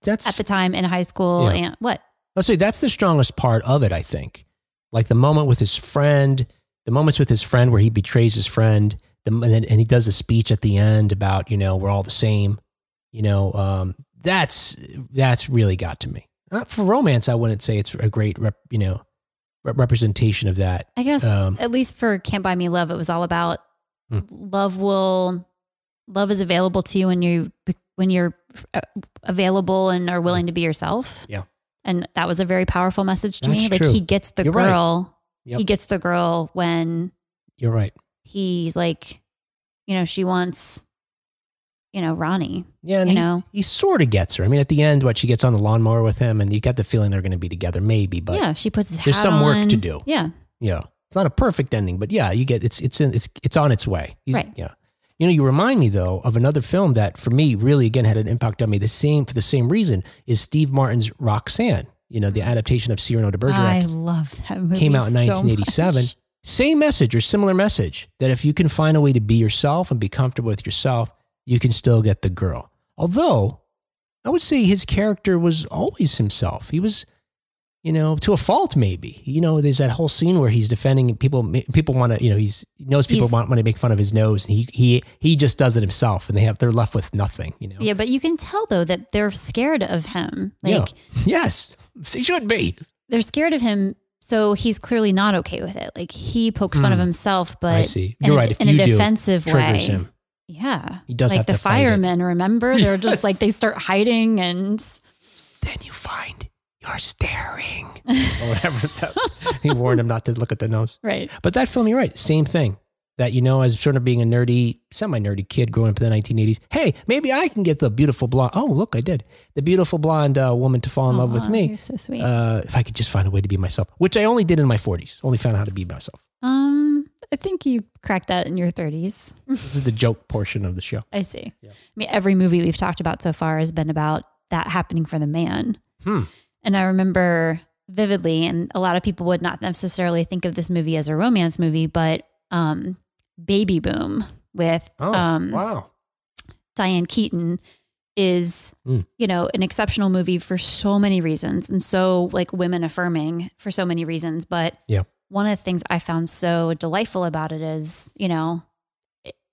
B: That's,
D: at the time in high school.
B: Yeah.
D: And what?
B: let's see, that's the strongest part of it, I think. Like the moment with his friend, the moments with his friend where he betrays his friend, the, and, then, and he does a speech at the end about, you know, we're all the same, you know, um, that's, that's really got to me. Not for romance, I wouldn't say it's a great, rep, you know, rep- representation of that.
D: I guess
B: Um,
D: at least for Can't Buy Me Love, it was all about
B: Hmm.
D: love will love is available to you when you when you're uh, available and are willing to be yourself.
B: Yeah.
D: and that was a very powerful message to me.
B: That's
D: Like
B: true.
D: he gets the
B: You're right.
D: girl,
B: Yep.
D: he gets the girl when
B: You're right.
D: he's like, you know, she wants, you know, Ronnie.
B: Yeah, and
D: You
B: he,
D: know?
B: he sort of gets her. I mean, at the end, what she gets on the lawnmower with him, and you got the feeling they're going to be together, maybe. But
D: yeah, she puts his
B: there's
D: hat
B: some work
D: on.
B: to do.
D: Yeah,
B: Yeah. It's not a perfect ending, but yeah, you get it's it's in, it's it's on its way. He's
D: Right.
B: yeah. You know, you remind me though of another film that for me really again had an impact on me. The same for the same reason is Steve Martin's Roxanne. You know, the adaptation of Cyrano de
D: Mm. I
B: Bergerac
D: love that movie.
B: came out in
D: so
B: 1987.
D: much.
B: same message or similar message that if you can find a way to be yourself and be comfortable with yourself, you can still get the girl. Although I would say his character was always himself. He was, you know, to a fault maybe. You know, there's that whole scene where he's defending people. People want to, you know, he's he knows people
D: He's-
B: want want to make fun of his nose, and he he he just does it himself, and they have they're left with nothing. You know.
D: Yeah, but you can tell though that they're scared of him. Like
B: yeah. Yes, he should be.
D: they're scared of him, so he's clearly not okay with it. Like he pokes fun of
B: Hmm.
D: himself, but
B: I see.
D: in
B: You're
D: a,
B: right. If
D: in
B: you
D: a
B: do,
D: defensive way.
B: Triggers him.
D: Yeah.
B: He does
D: like
B: have
D: the
B: to fight it.
D: firemen, remember? They're
B: Yes.
D: just like they start hiding and
B: then you find you're staring or whatever that he warned him not to look at the nose
D: right.
B: but that film you're right same thing that you know as sort of being a nerdy semi-nerdy kid growing up in the 1980s hey maybe i can get the beautiful blonde oh look i did the beautiful blonde uh, woman to fall in love with
D: Aw,
B: me
D: You're so sweet.
B: uh, if i could just find a way to be myself which i only did in my 40s only found out how to be myself
D: um, I think you cracked that in your 30s.
B: this is the joke portion of the show
D: I see.
B: Yeah.
D: I mean, every movie we've talked about so far has been about that happening for the man.
B: Hmm.
D: And I remember vividly, and a lot of people would not necessarily think of this movie as a romance movie, but um, Baby Boom with
B: oh
D: um,
B: wow
D: Diane Keaton is,
B: Mm.
D: you know, an exceptional movie for so many reasons and so like women affirming for so many reasons. But
B: Yeah.
D: one of the things I found so delightful about it is, you know,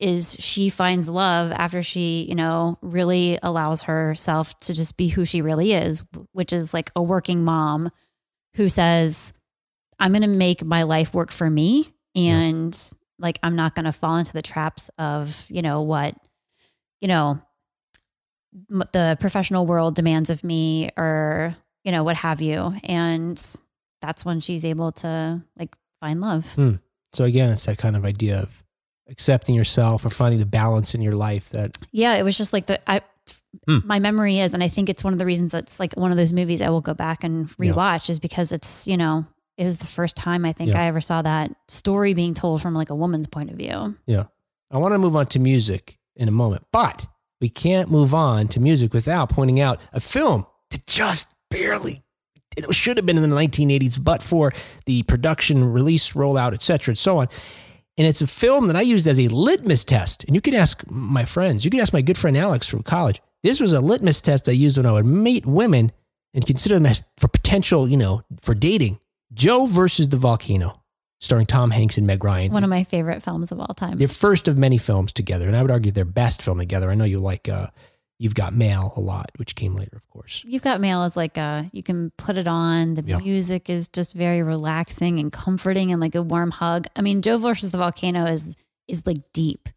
D: is she finds love after she, you know, really allows herself to just be who she really is, which is like a working mom who says, I'm going to make my life work for me.
B: Yeah.
D: And like, I'm not going to fall into the traps of, you know, what, you know, m- the professional world demands of me or, you know, what have you. And that's when she's able to like find love.
B: so again it's that kind of idea of accepting yourself or finding the balance in your life that
D: Yeah, it was just like the I
B: Hmm.
D: my memory is, and I think it's one of the reasons that's like one of those movies I will go back and
B: Yeah.
D: rewatch is because it's you know it was the first time I think
B: Yeah.
D: I ever saw that story being told from like a woman's point of view.
B: Mm-hmm. I want to move on to music in a moment, but we can't move on to music without pointing out a film that just barely it should have been in the 1980s, but for the production, release, rollout, et cetera, and so on. And it's a film that I used as a litmus test. And you can ask my friends, you can ask my good friend Alex from college. This was a litmus test I used when I would meet women and consider them as for potential, you know, for dating. Joe versus the volcano. starring Tom Hanks and Meg Ryan.
D: One of my favorite films of all time.
B: their first of many films together, and I would argue their best film together. I know you like uh, You've Got Mail a lot, which came later, of course.
D: You've Got Mail is like uh you can put it on. The
B: Yeah.
D: music is just very relaxing and comforting and like a warm hug. I mean, Joe versus the volcano is is like deep.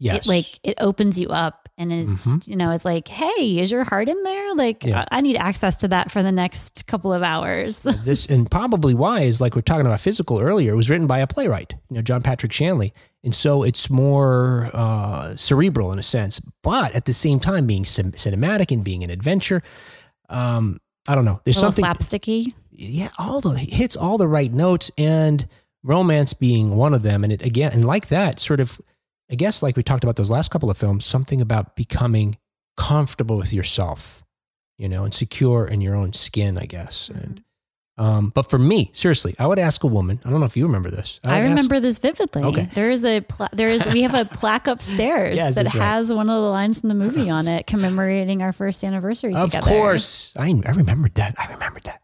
B: Yes, Mm-hmm.
D: It like it opens you up and it's you know, it's like, hey, is your heart in there? Like
B: Yeah.
D: I, I need access to that for the next couple of hours.
B: this, and probably why is like we're talking about physical earlier. It was written by a playwright, you know, John Patrick Shanley, and so it's more uh, cerebral in a sense, but at the same time being cin- cinematic and being an adventure. Um, I don't know. There's
D: a little
B: something
D: slapsticky.
B: yeah, all the he hits all the right notes and romance being one of them. And it again, and like that, sort of, I guess, like we talked about those last couple of films, something about becoming comfortable with yourself, you know, and secure in your own skin, I guess. And,
D: Mm-hmm.
B: um, but for me, seriously, I would ask a woman, I don't know if you remember this. would
D: I
B: ask-
D: remember this vividly.
B: Oh, Okay.
D: There is a pla- there is we have a plaque upstairs
B: Yes,
D: that
B: that's right.
D: has one of the lines from the movie on it commemorating our first anniversary
B: Of
D: together.
B: course. I, I remembered that. I remembered that.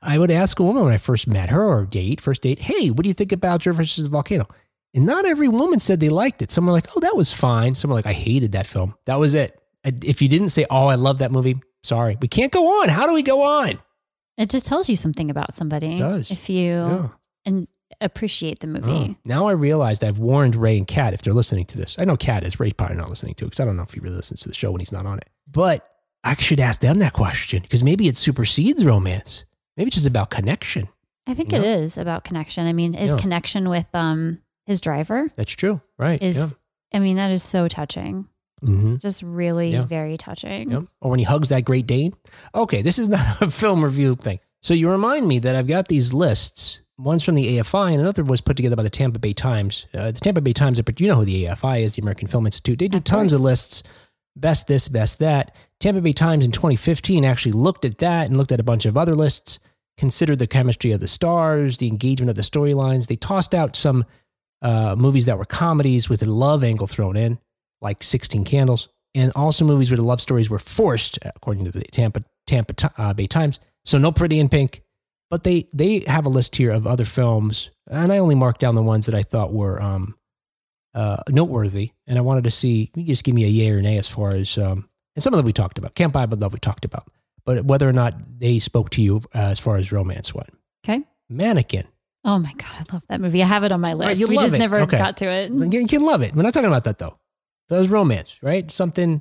B: I would ask a woman when I first met her or date, first date, hey, what do you think about Joe versus the volcano? And not every woman said they liked it. Some were like, oh, that was fine. Some were like, I hated that film. That was it. I, if you didn't say, oh, I love that movie, sorry. We can't go on. How do we go on?
D: It just tells you something about somebody.
B: It does.
D: If you and appreciate the movie.
B: Oh. Now I realized I've warned Ray and Kat if they're listening to this. I know Kat is. Ray's probably not listening to it because I don't know if he really listens to the show when he's not on it. But I should ask them that question because maybe it supersedes romance. Maybe it's just about connection.
D: I think
B: You
D: it
B: know?
D: is about connection. I mean, his
B: Yeah.
D: connection with um his driver
B: That's true, right?
D: is I mean, that is so touching.
B: yeah. hmm
D: Just really
B: Yeah.
D: very touching.
B: yeah. Or when he hugs that Great Dane. Okay, this is not a film review thing. So you remind me that I've got these lists. One's from the AFI, and another was put together by the Tampa Bay Times. Uh, the Tampa Bay Times, but you know who the AFI is, the American Film Institute. They do
D: Of
B: tons of
D: course.
B: lists, best this, best that. Tampa Bay Times in 2015 actually looked at that and looked at a bunch of other lists, considered the chemistry of the stars, the engagement of the storylines. They tossed out some uh, movies that were comedies with a love angle thrown in, like 16 Candles, and also movies where the love stories were forced, according to the Tampa, Tampa Ti- uh, Bay Times. So no Pretty in Pink. But they, they have a list here of other films, and I only marked down the ones that I thought were um, uh, noteworthy. And I wanted to see, you just give me a yay or nay as far as, um, and some of them we talked about. Camp I Would Love, we talked about. But whether or not they spoke to you uh, as far as romance went.
D: Okay.
B: Mannequin.
D: Oh my god, I love that movie. I have it on my
B: Right,
D: list.
B: you
D: we
B: love
D: just
B: it.
D: never
B: Okay.
D: got to it.
B: You you can love it. We're not talking about that though. That was romance, right? Something.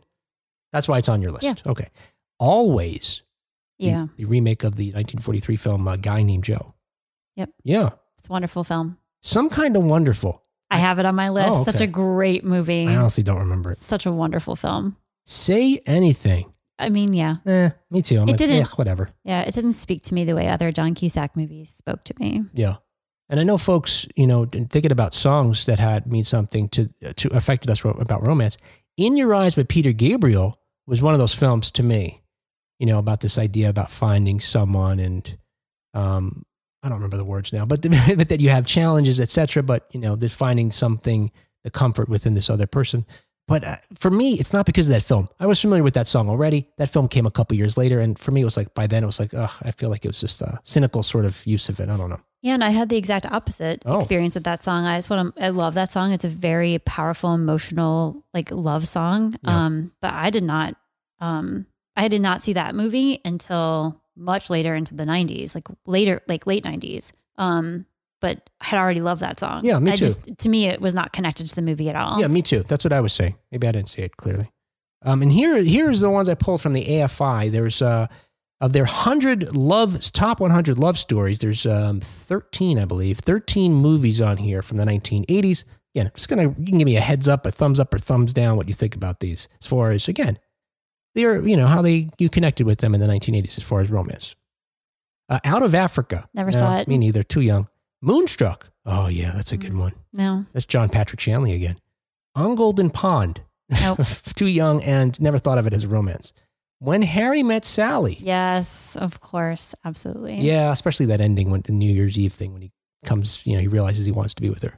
B: That's why it's on your list.
D: Yeah.
B: Okay. Always. the-
D: Yeah.
B: The, remake of the 1943 film A Guy Named Joe.
D: Yep.
B: Yeah.
D: It's a wonderful film.
B: Some kind of wonderful.
D: I have it on my list.
B: Oh,
D: Such
B: okay.
D: a great movie.
B: I honestly don't remember it.
D: Such a wonderful film.
B: Say anything.
D: I mean, yeah.
B: Eh, me too. I'm
D: It
B: like,
D: didn't-
B: eh, whatever.
D: Yeah, it didn't speak to me the way other John Cusack movies spoke to me.
B: Yeah. And I know folks, you know, thinking about songs that had mean something to to affected us ro- about romance. In Your Eyes with Peter Gabriel was one of those films to me, you know, about this idea about finding someone and um I don't remember the words now, but but that you have challenges, etc. But you know, that finding something, the comfort within this other person. But uh, for me, it's not because of that film. I was familiar with that song already. That film came a couple years later, and for me, it was like by then it was like, ugh, I feel like it was just a cynical sort of use of it. I don't know.
D: Yeah, and I had the exact opposite
B: Oh.
D: experience with that song. I just want to, I love that song. It's a very powerful, emotional, like love song.
B: Yeah.
D: Um, but I did not, um, I did not see that movie until much later into the '90s, like later, like late '90s. Um, but I had already loved that song.
B: Yeah, me
D: I
B: too.
D: Just, to me, it was not connected to the movie at all.
B: Yeah, me too. That's what I was saying. Maybe I didn't say it clearly. Um, and here, here's the ones I pulled from the AFI. There's uh, of their hundred love top 100 love stories. There's um, 13, I believe, 13 movies on here from the 1980s. Again, I'm just gonna you can give me a heads up, a thumbs up, or thumbs down what you think about these. As far as again, they're you know how they you connected with them in the 1980s as far as romance. Uh, Out of Africa.
D: Never saw it.
B: Me neither. Too young. Moonstruck. Oh yeah, that's a good
D: Mm.
B: one.
D: No,
B: That's John Patrick Shanley again. On Golden Pond.
D: Nope.
B: Too young and never thought of it as a romance. When Harry Met Sally.
D: yes, of course, absolutely.
B: Yeah, especially that ending when the New Year's Eve thing when he comes, you know, he realizes he wants to be with her.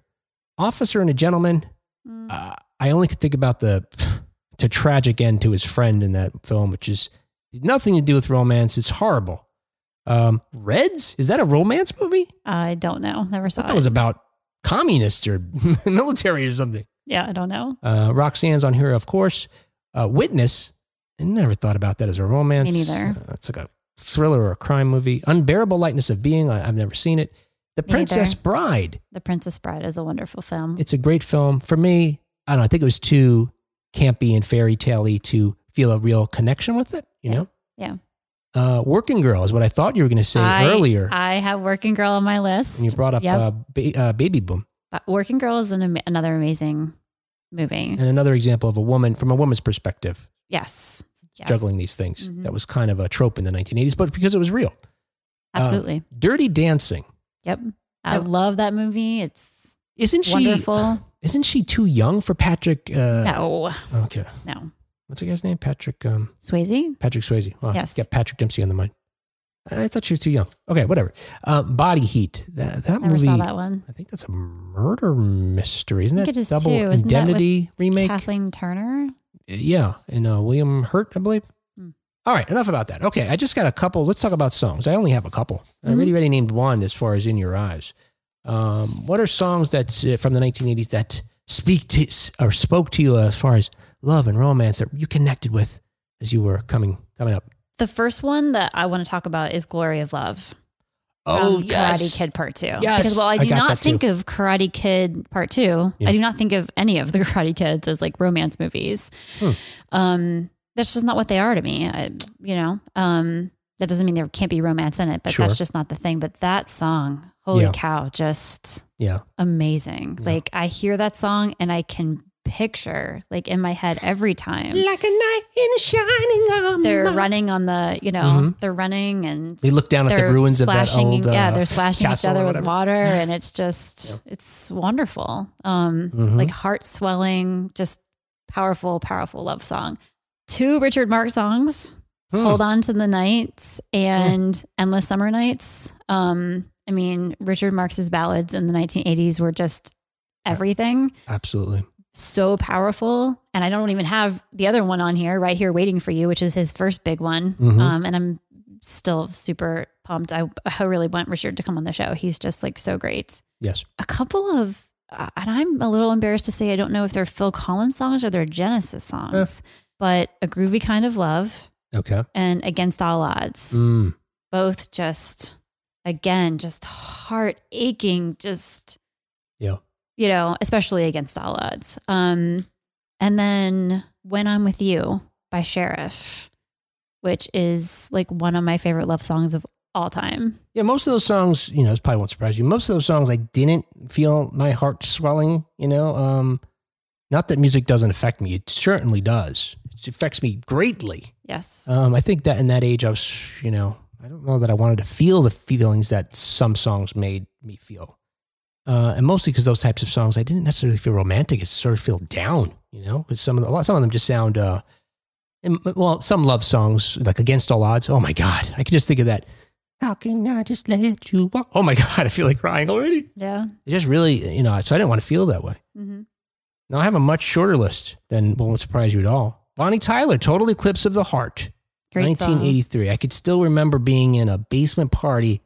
B: Officer and a Gentleman.
D: Mm.
B: Uh, I only could think about the to tragic end to his friend in that film, which is nothing to do with romance. It's horrible. Um, Reds? Is that a romance movie?
D: I don't know. Never
B: I
D: saw
B: thought that
D: it.
B: was about communists or military or something.
D: Yeah, I don't know.
B: Uh, Roxanne's on here, of course. Uh, Witness. I never thought about that as a romance.
D: Me neither.
B: Uh, it's like a thriller or a crime movie. Unbearable Lightness of Being. I, I've never seen it. The
D: Me neither.
B: Princess Bride.
D: The Princess Bride is a wonderful film.
B: It's a great film. For me, I don't know. I think it was too campy and fairy tale to feel a real connection with it, you know?
D: Yeah.
B: Uh, Working Girl is what I thought you were going to say
D: I-
B: earlier.
D: I have Working Girl on my list.
B: and you brought up
D: Yep.
B: uh, ba- uh, Baby Boom.
D: But Working Girl is an, ama- another amazing movie.
B: And another example of a woman, from a woman's perspective,
D: Yes. yes.
B: juggling these things.
D: Mhm.
B: That was kind of a trope in the 1980s, but because it was real. Ah.
D: Absolutely.
B: Dirty Dancing.
D: yep. I
B: I-
D: love that movie. It's
B: Isn't she
D: wonderful.
B: Isn't she too young for Patrick? Uh,
D: no,
B: Okay.
D: no.
B: What's the guy's name? Patrick. Um,
D: Swayze?
B: Patrick Swayze. Wow,
D: Yes.
B: Got Patrick Dempsey on the mind. I thought she was too young. Okay, whatever. Uh, Body Heat. That, that
D: Never
B: movie.
D: saw that one.
B: I think that's a murder mystery, isn't
D: I
B: that?
D: think it is
B: Double
D: too. Isn't that
B: Indemnity remake.
D: Kathleen Turner?
B: Yeah, and uh, William Hurt, I believe.
D: Hmm.
B: All right, enough about that. Okay, I just got a couple. Let's talk about songs. I only have a couple. I
D: Mhm.
B: already already named one as far as in your eyes. Um, what are songs that's uh, from the 1980s that speak to or spoke to you as far as love and romance that you connected with as you were coming coming up?
D: The first one that I want to talk about is Glory of Love.
B: Oh
D: from
B: yes,
D: Um, Karate Kid Part Two.
B: Yes,
D: Because while I
B: I
D: do
B: got
D: not
B: that too.
D: think of Karate Kid Part Two,
B: Yeah.
D: I do not think of any of the Karate Kids as like romance movies.
B: Hmm.
D: Um, that's just not what they are to me. I, you know, um, that doesn't mean there can't be romance in it, but
B: Sure.
D: that's just not the thing. But that song, holy
B: Yeah.
D: cow, just
B: Yeah,
D: amazing.
B: Yeah.
D: Like I hear that song and I can picture like in my head every time.
B: like a knight in shining armor.
D: They're running on the, you know,
B: Mhm.
D: they're running and
B: Mm-hmm. They look down at the
D: they're
B: ruins of that
D: splashing-
B: old,
D: yeah,
B: uh,
D: they're splashing each
B: castle
D: other
B: or
D: with
B: whatever.
D: water, and it's just it's wonderful. Um,
B: Mhm.
D: like heart swelling, just powerful, powerful love song. Two Richard Marx songs,
B: Hmm.
D: "Hold On to the Night" and "Endless Summer Nights." Um, I mean, Richard Marx's ballads in the 1980s were just everything
B: Absolutely.
D: so powerful. And I don't even have the other one on here, right here waiting for you, which is his first big one.
B: Mhm.
D: Um, and I'm still super pumped. I, I really want Richard to come on the show. He's just like so great.
B: Yes.
D: A couple of, uh, and I'm a little embarrassed to say I don't know if they're Phil Collins songs or they're Genesis songs, but A Groovy Kind of Love
B: Okay.
D: and Against All Odds,
B: Mm.
D: both just, again, just heart aching, just
B: Yeah.
D: you know, especially against all odds. Um, and then When I'm With You by Sheriff, which is like one of my favorite love songs of all time.
B: Yeah, most of those songs, you know, this probably won't surprise you. Most of those songs, I didn't feel my heart swelling. You know, um, not that music doesn't affect me; it certainly does. It affects me greatly.
D: Yes.
B: Um, I think that in that age, I was, you know, I don't know that I wanted to feel the feelings that some songs made me feel, uh, and mostly because those types of songs, I didn't necessarily feel romantic. It sort of feel down, you know, because some of the, a lot, some of them just sound. Uh, and- well, some love songs like "Against All Odds." Oh my God, I could just think of that. How can I just let you walk? Oh my God, I feel like crying already.
D: Yeah.
B: It just really, you know, so I didn't want to feel that way.
D: Mm-hmm.
B: Now I have a much shorter list than won't surprise you at all. Bonnie Tyler, "Total Eclipse of the Heart."
D: Great song.
B: 1983. I could still remember being in a basement party,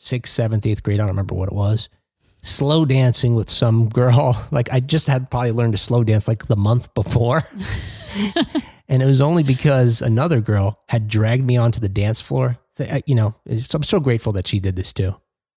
B: sixth, seventh, eighth grade. I don't remember what it was. Slow dancing with some girl. Like I just had probably learned to slow dance like the month before. and it was only because another girl had dragged me onto the dance floor. Th- I- You know, it's- I'm so grateful that she did this too.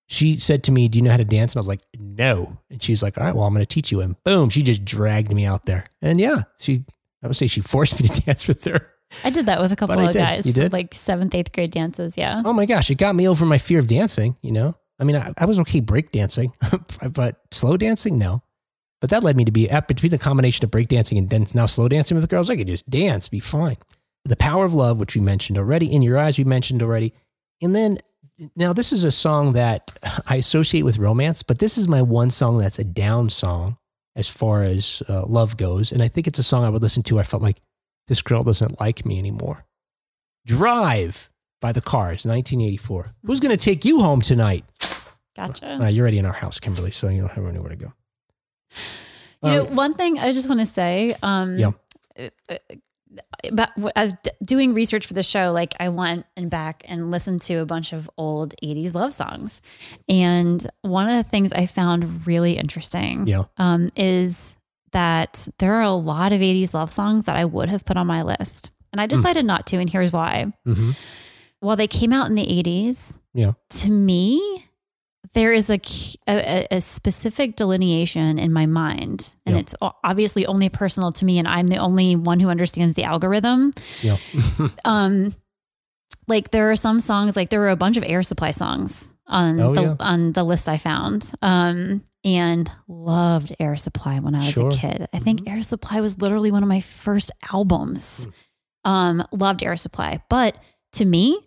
B: She said to me, Do you know how to dance? And I was like, No. And she was like, All right, well, I'm going to teach you. And boom, she just dragged me out there. And yeah, she, I would say she forced me to dance with her.
D: I did that with a couple
B: But I
D: of
B: did.
D: guys,
B: You did?
D: like seventh, eighth grade dances. Yeah.
B: oh my gosh, it got me over my fear of dancing, you know? I mean, I, I was okay break dancing, but slow dancing, no. But that led me to be at between the combination of break dancing and dance, now slow dancing with girls, I could just dance, be fine. The Power of Love, which we mentioned already, In Your Eyes, we mentioned already. And then now this is a song that I associate with romance, but this is my one song that's a down song as far as uh, love goes. And I think it's a song I would listen to. I felt like this girl doesn't like me anymore. Drive by the Cars, 1984. Who's going to take you home tonight?
D: Gotcha.
B: Uh, you're already in our house, Kimberly, so you don't have anywhere to go.
D: You know,
B: Um,
D: one thing I just want to say, um,
B: Yeah.
D: uh, uh, but what I was d- doing research for the show, like I went and back and listened to a bunch of old 80s love songs. And one of the things I found really interesting
B: Yeah.
D: um, is that there are a lot of 80s love songs that I would have put on my list. And I
B: Hmm.
D: decided not to. And here's why.
B: Mm-hmm.
D: While they came out in the 80s,
B: Yeah.
D: to me, there is a, c- a- a- a specific delineation in my mind, and
B: Yeah.
D: it's o- obviously only personal to me, and I'm the only one who understands the algorithm.
B: Yeah.
D: Um, like there are some songs, like there were a bunch of Air Supply songs on
B: Oh,
D: the
B: yeah.
D: on the list I found, um, and loved Air Supply when I was
B: Sure. Mm-hmm.
D: a kid. I think Air Supply was literally one of my first albums.
B: Hmm.
D: Um, loved Air Supply, but to me,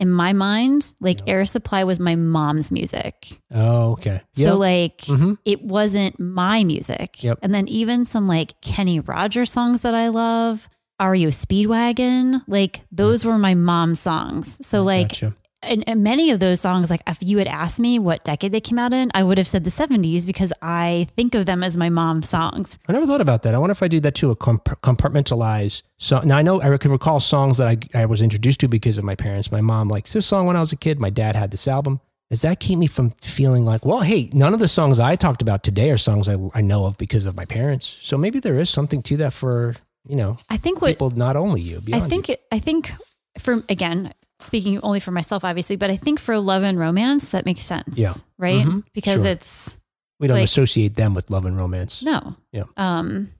D: in my mind, like
B: Yeah.
D: Air Supply was my mom's music.
B: Oh, okay. Yeah.
D: So like
B: Mhm.
D: it wasn't my music.
B: Yep.
D: And then even some like Kenny Rogers songs that I love, REO Speedwagon, like those were my mom's songs. So like
B: Gotcha.
D: and, and many of those songs, like if you had asked me what decade they came out in, I would have said the 70s because I think of them as my mom's songs.
B: I never thought about that. I wonder if I do that too, a comp- compartmentalize. So now I know I can recall songs that I, I was introduced to because of my parents. My mom likes this song when I was a kid. My dad had this album. Does that keep me from feeling like, well, hey, none of the songs I talked about today are songs I, I know of because of my parents. So maybe there is something to that for, you know,
D: I think what
B: people not only you.
D: I
B: Beyond
D: think it, I think for again speaking only for myself obviously, but I think for love and romance that makes sense.
B: Yeah.
D: Right?
B: Mhm.
D: Because
B: Sure.
D: it's
B: you. we don't
D: like-
B: associate them with love and romance.
D: no.
B: Yeah.
D: Um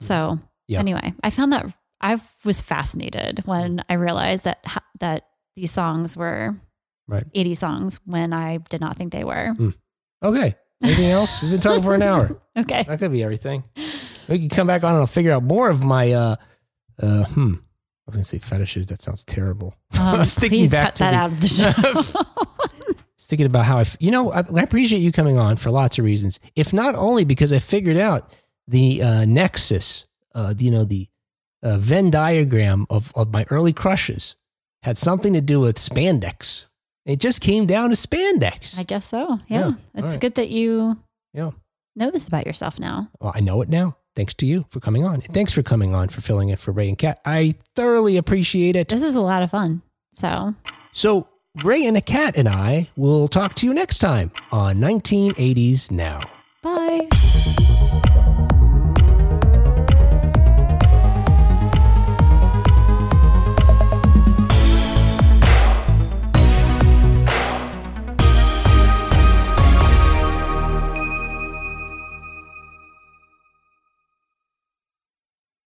D: so
B: Yeah.
D: anyway, I found that I was fascinated
B: Mm.
D: when I realized that ho- that these songs were
B: Right.
D: 80 songs when I did not think they were.
B: Okay. Anything else? We've been talking for an hour.
D: Okay.
B: That could be everything. We can come back on and I'll figure out more of my uh uh hmm. I was gonna say fetishes. That sounds terrible.
D: Um,
B: was thinking
D: please
B: back
D: cut
B: to
D: that
B: the-
D: out of the show.
B: Just thinking about how I, f- you know, I, I appreciate you coming on for lots of reasons. If not only because I figured out the uh, nexus, uh, you know, the uh, Venn diagram of, of my early crushes had something to do with spandex. It just came down to spandex.
D: I guess so.
B: Yeah.
D: Yeah.
B: All
D: It's
B: right.
D: good that you
B: Yeah.
D: know this about yourself now.
B: Well, I know it now. Thanks to you for coming on. And thanks for coming on for filling in for Ray and Kat. I thoroughly appreciate it.
D: This is a lot of fun. So
B: So, Ray and a Cat and I will talk to you next time on 1980s Now.
D: Bye.